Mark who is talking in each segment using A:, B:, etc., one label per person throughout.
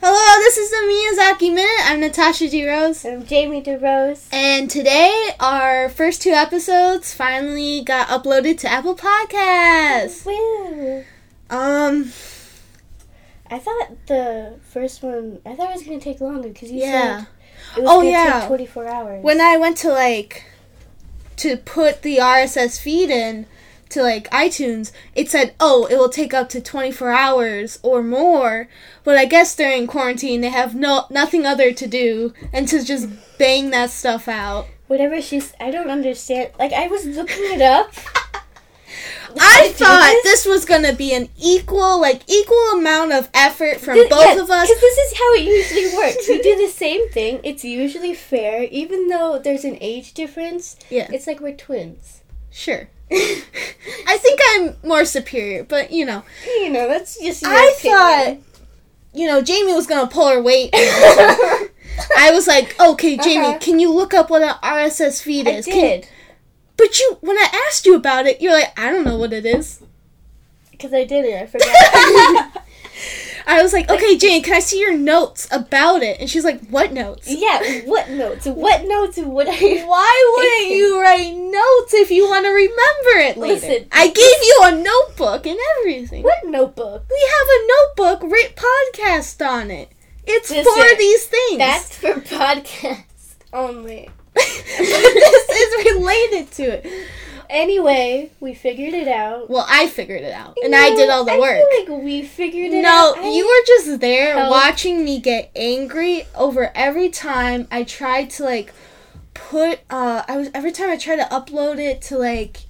A: this is the Miyazaki Minute. I'm Natasha D. Rose.
B: I'm Um, Jamie DeRose.
A: And today, our first two episodes finally got uploaded to Apple Podcasts.
B: Woo!
A: Um,
B: I thought the first one, I thought it was going to take longer because you
A: Yeah.
B: said it was
A: Oh,
B: going to
A: yeah.
B: take 24 hours.
A: when I went to like to put the RSS feed in to like iTunes, it said, "Oh, it will take up to 24 hours or more." But I guess during quarantine, they have no nothing other to do and to just bang that stuff out.
B: Whatever she's, I don't understand. Like, I was looking it up.
A: I
B: do
A: thought
B: this?
A: this was gonna be an equal, like equal amount of effort from
B: Th-
A: both
B: yeah,
A: of us.
B: 'cause this is how it usually works. we do the same thing. It's usually fair, even though there's an age difference.
A: Yeah,
B: It's like we're twins.
A: sure. I think I'm more superior, but you know,
B: You know, that's just. Your
A: I thought, you know, Jamie was gonna pull her weight.
B: thought.
A: I was like, okay, Jamie,
B: Uh-huh.
A: can you look up what an RSS feed
B: I
A: is? Can you-
B: did
A: but you, when I asked you about it, you're like, I don't know what it is.
B: because I did it. I forgot.
A: I was like, okay, Jamie, can I see your notes about it? And she's like, what notes?
B: yeah. What notes? What notes? What are you?
A: Why wouldn't you write notes if you want to remember it later?
B: Listen.
A: I gave you a notebook and everything.
B: What notebook?
A: We have a notebook writ podcast on it. It's for
B: Listen,
A: these things.
B: That's for podcast only.
A: but this is related to it.
B: Anyway, we figured it out.
A: Well, I figured it out, and I did all the
B: I
A: work.
B: feel like we figured it
A: No,
B: out.
A: you were just there
B: Help.
A: watching me get angry over every time I tried to like put uh I was every time I tried to upload it to like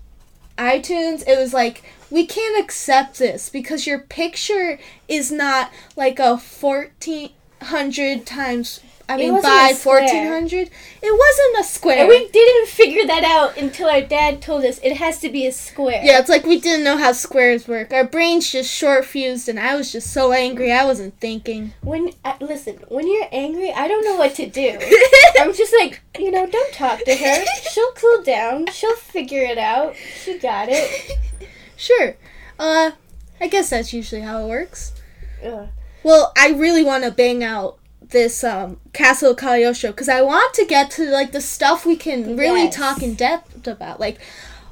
A: iTunes, it was like we can't accept this because your picture is not like a 1400 times I mean
B: wasn't
A: by
B: a square.
A: 1400. It wasn't a square.
B: And we didn't figure that out until our dad told us it has to be a square.
A: yeah, it's like we didn't know how squares work. Our brains just short fused, and I was just so angry. I wasn't thinking.
B: When uh, listen, when you're angry, I don't know what to do. I'm just like, you know, don't talk to her. She'll cool down. She'll figure it out. She got it.
A: sure. Uh, I guess that's usually how it works.
B: Ugh.
A: Well, I really want to bang out this um, Castle of Calyosho because I want to get to like the stuff we can really
B: Yes.
A: talk in depth about, like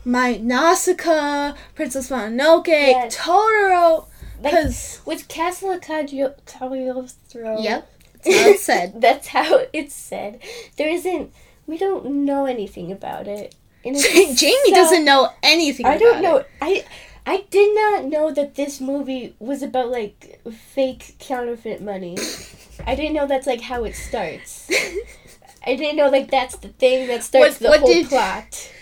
A: my Nausicaa, Princess Mononoke,
B: Yes.
A: Totoro. Because
B: With Castle of Cadio- Camelio's throne.
A: yep, that's how it's said.
B: That's how it's said. There isn't. We don't know anything about it. And
A: Jamie
B: it's so-
A: doesn't know anything.
B: I
A: about
B: don't
A: it.
B: know. I I did not know that this movie was about like fake counterfeit money. I didn't know that's like how it starts. I didn't know like that's the thing that
A: What-
B: starts the
A: what
B: whole
A: did-
B: plot.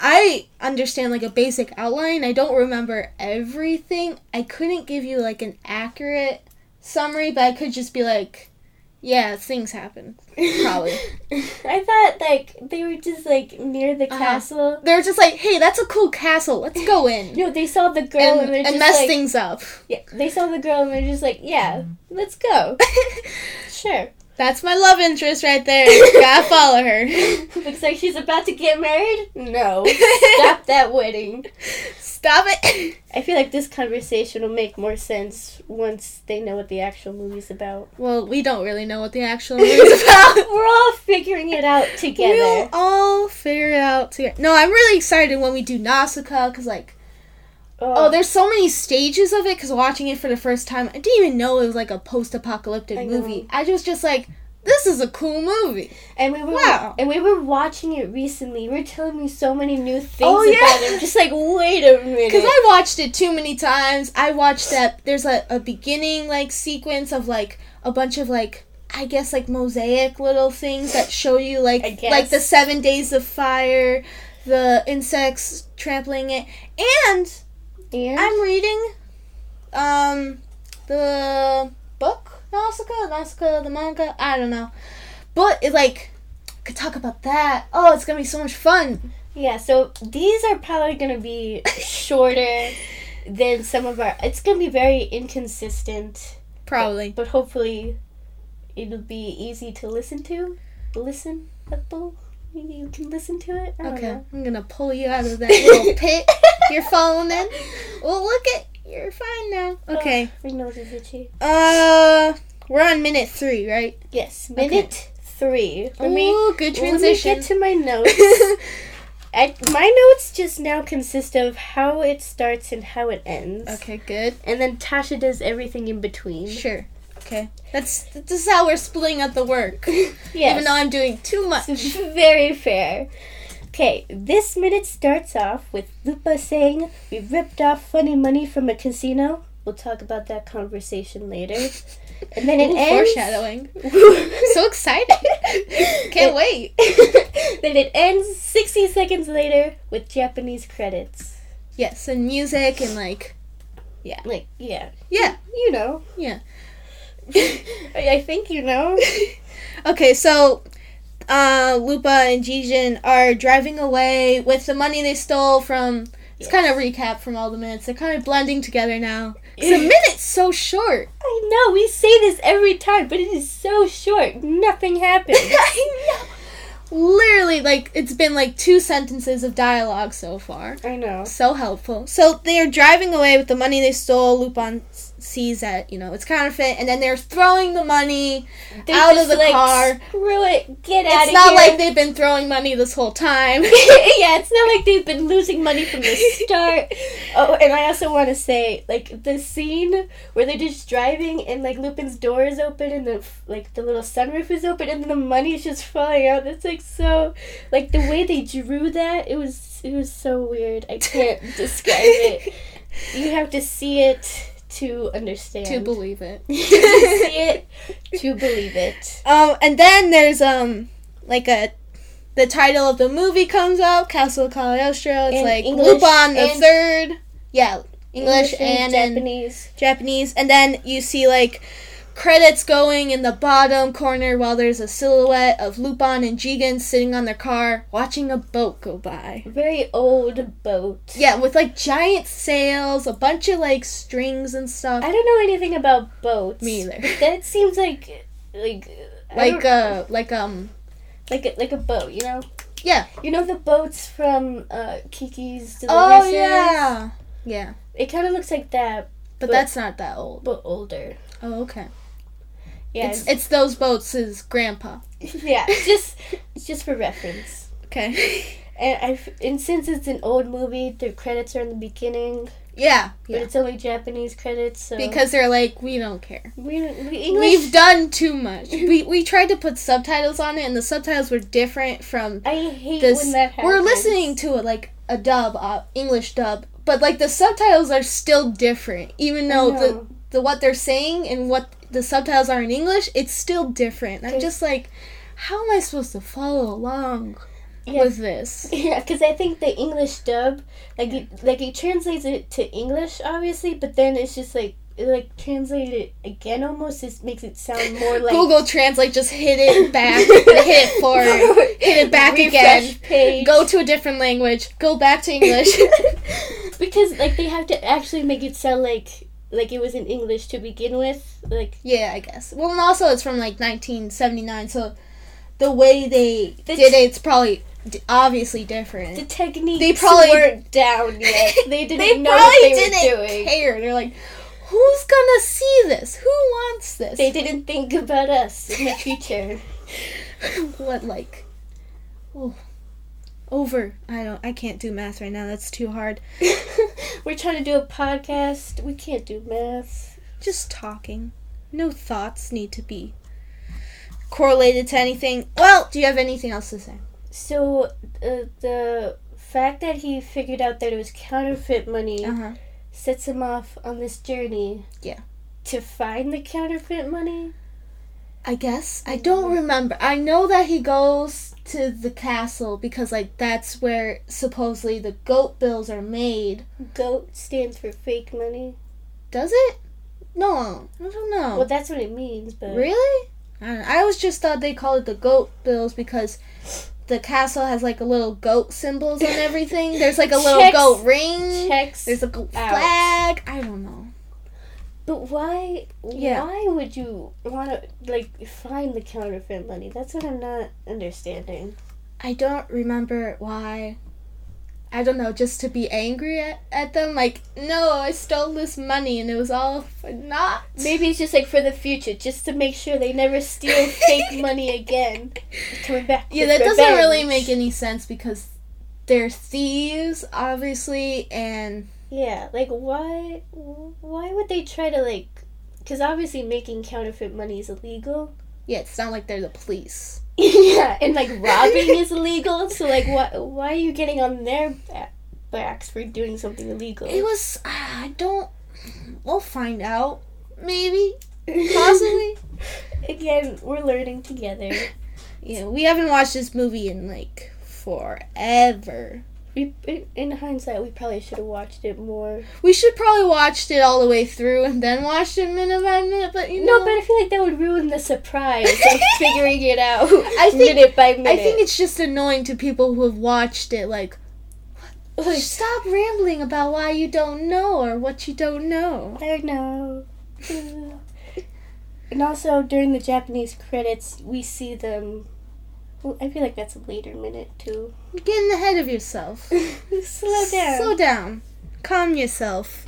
A: I understand like a basic outline. I don't remember everything. I couldn't give you like an accurate summary, but I could just be like, yeah, things happen. Probably.
B: I thought like they were just like near the
A: Uh-huh.
B: castle.
A: They're just like, hey, that's a cool castle. Let's go in
B: No, they saw the girl and,
A: and,
B: they're
A: and
B: just
A: mess
B: like
A: things up.
B: yeah, they saw the girl and they're just like yeah,
A: Mm-hmm.
B: let's go. Sure.
A: that's my love interest right there. Gotta follow her.
B: Looks like she's about to get married. No. Stop that wedding.
A: Stop it.
B: I feel like this conversation will make more sense once they know what the actual movie's about.
A: Well, we don't really know what the actual movie's about.
B: We're all figuring it out together.
A: We'll all figure it out together. No, I'm really excited when we do Nausicaa because, like, Oh, there's so many stages of it because watching it for the first time, I didn't even know it was like a post-apocalyptic
B: I know.
A: movie. I was just like, this is a cool movie.
B: and we were
A: wow.
B: and we were watching it recently. You were telling me so many new things
A: Oh, yeah.
B: about it. I'm just like, wait a minute.
A: Because I watched it too many times. I watched that there's a, a beginning like sequence of like a bunch of like I guess like mosaic little things that show you
B: I
A: like
B: guess.
A: like the seven days of fire, the insects trampling it, and
B: and
A: I'm reading um the book Nausicaa, Nausicaa the manga. I don't know, but it like could talk about that. Oh, it's gonna be so much fun.
B: yeah, so these are probably gonna be shorter than some of our it's gonna be very inconsistent.
A: Probably.
B: but hopefully it'll be easy to listen to. Listen, Apple. Maybe you can listen to it. I don't
A: Okay,
B: know.
A: I'm gonna pull you out of that little pit you're falling in. Oh. Well, look at you're fine now. Okay.
B: My nose is itchy.
A: Uh, We're on minute three, right?
B: Yes, minute three. Let me
A: Ooh, good
B: Let
A: transition.
B: me get to my notes. I, my notes just now consist of how it starts and how it ends.
A: okay, good.
B: And then Tasha does everything in between.
A: Sure. Okay. That's this is how we're splitting up the work.
B: Yes.
A: Even though I'm doing too much.
B: It's very fair. Okay, this minute starts off with Lupa saying, We ripped off funny money from a casino. We'll talk about that conversation later. And then it
A: Ooh,
B: ends.
A: foreshadowing.
B: so
A: So excited. Can't wait.
B: then it ends 60 seconds later with Japanese credits.
A: Yes, and music and like
B: Like, yeah,
A: yeah.
B: you know.
A: Yeah.
B: I I think you know.
A: Okay, so uh Lupa and Jijin are driving away with the money they stole from it's kind of recap from all the minutes. They're kind of blending together now. 'Cause the minute's so short.
B: I know, we say this every time, but it is so short. Nothing happens.
A: I know. Literally, like it's been like two sentences of dialogue so far.
B: I know.
A: So helpful. So they are driving away with the money they stole. Lupin s- sees that you know it's counterfeit, and then they're throwing the money.
B: They're
A: Out of
B: just
A: the car.
B: Screw it. Get out of here.
A: It's not like they've been throwing money this whole time.
B: yeah, it's not like they've been losing money from the start. oh, and I also want to say, like, the scene where they're just driving and, like, Lupin's door is open and the, like, the little sunroof is open and the money is just falling out. That's, like, so, like, the way they drew that, it was, it was so weird. I can't describe it. You have to see it to understand.
A: to believe it.
B: You have to see it to believe it.
A: Um, and then there's um, like a, the title of the movie comes up, Castle of Cagliostro. It's
B: In
A: like
B: English
A: Lupin the
B: and-
A: Third. Yeah, English, and in
B: Japanese.
A: Japanese, and then you see like credits going in the bottom corner while there's a silhouette of Lupin and Jigen sitting on their car watching a boat go by.
B: very old boat.
A: Yeah, with like giant sails, a bunch of like strings and stuff.
B: I don't know anything about boats.
A: Me either.
B: but That seems like like I
A: like
B: don't-
A: uh like um
B: like a, like a boat, you know.
A: Yeah.
B: You know the boats from uh, Kiki's Delivery
A: Oh
B: Service?
A: yeah. Yeah.
B: It kind of looks like that,
A: But,
B: But-
A: that's not that old.
B: but older.
A: Oh, okay.
B: Yeah,
A: It's it's those boats is grandpa.
B: it's- yeah. it's Just it's just for reference.
A: Okay.
B: And I f- and since it's an old movie, the credits are in the beginning,
A: yeah.
B: but
A: yeah.
B: it's only Japanese credits. So
A: Because they're like, we don't care.
B: we, we uh, English.
A: We've done too much. We we tried to put subtitles on it, and the subtitles were different from
B: I hate
A: this.
B: when that happens.
A: we're listening to it like a dub, uh, English dub, but like the subtitles are still different, even
B: I
A: though
B: know.
A: the the what they're saying and what the subtitles are in English, it's still different. I'm
B: Okay.
A: just like, how am I supposed to follow along
B: Yeah.
A: with this?
B: Yeah, because I think the English dub, like it, like it translates it to English, obviously, but then it's just like it, like translated it again almost. It makes it sound more like
A: Google Translate just hit it back, hit it forward, hit it back
B: Refresh
A: again.
B: Page.
A: Go to a different language. Go back to English.
B: because like they have to actually make it sound like like it was in English to begin with. Like
A: Yeah, I guess. Well, and also it's from like 1979, so the way they
B: The
A: did
B: t-
A: it's probably d- obviously
B: the
A: different.
B: techniques
A: They probably-
B: weren't down yet. They didn't know what
A: probably
B: they
A: didn't
B: were doing.
A: care. They're like, who's gonna see this? Who wants this?
B: They didn't think about us in the future.
A: what like, oh, over. I don't. I can't do math right now. That's too hard.
B: we're trying to do a podcast. We can't do math.
A: Just talking. No thoughts need to be correlated to anything. Well, do you have anything else to say?
B: So uh, the fact that he figured out that it was counterfeit money
A: huh.
B: sets him off on this journey.
A: Yeah.
B: To find the counterfeit money.
A: I guess. I don't remember. I know that he goes to the castle because, like, that's where supposedly the goat bills are made.
B: Goat stands for fake money.
A: Does it? No, I don't know.
B: Well, that's what it means, but
A: really? I, don't know. I always just thought they called it the goat bills because the castle has, like, a little goat symbols and everything. There's, like, a little
B: Checks-
A: goat ring.
B: checks.
A: There's a goat
B: out.
A: flag. I don't know.
B: but why?
A: Yeah.
B: Why would you want to like find the counterfeit money? That's what I'm not understanding.
A: I don't remember why. I don't know, just to be angry at, at them. Like, no, I stole this money and it was all for naught.
B: Maybe it's just like for the future, just to make sure they never steal fake money again. Coming back.
A: Yeah,
B: with
A: that doesn't really make
B: revenge.
A: any sense because they're thieves, obviously, and
B: Yeah, like why? Why would they try to like? Because obviously making counterfeit money is illegal.
A: yeah, it's not like they're the police.
B: yeah, and like robbing is illegal. So like, why? Why are you getting on their ba- backs for doing something illegal?
A: It was, ah, I don't, we'll find out. Maybe, possibly.
B: Again, we're learning together.
A: yeah, we haven't watched this movie in like forever.
B: We, in hindsight, we probably should have watched it more.
A: We should probably watched it all the way through and then watched it minute by minute, but you know.
B: No, but I feel like that would ruin the surprise of figuring it out.
A: I think-
B: minute by minute.
A: I think it's just annoying to people who have watched it. Like,
B: Like,
A: stop rambling about why you don't know or what you don't know.
B: I know. and also during the Japanese credits, we see them. Well, I feel like that's a later minute too.
A: You're getting ahead of yourself.
B: Slow down.
A: Slow down. Calm yourself.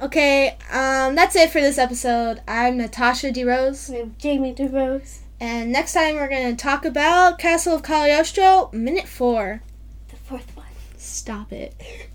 A: Okay, um, that's it for this episode. I'm Natasha DeRose,
B: With Jamie DeRose,
A: and next time we're gonna talk about Castle of Cagliostro, minute four.
B: the fourth one.
A: Stop it.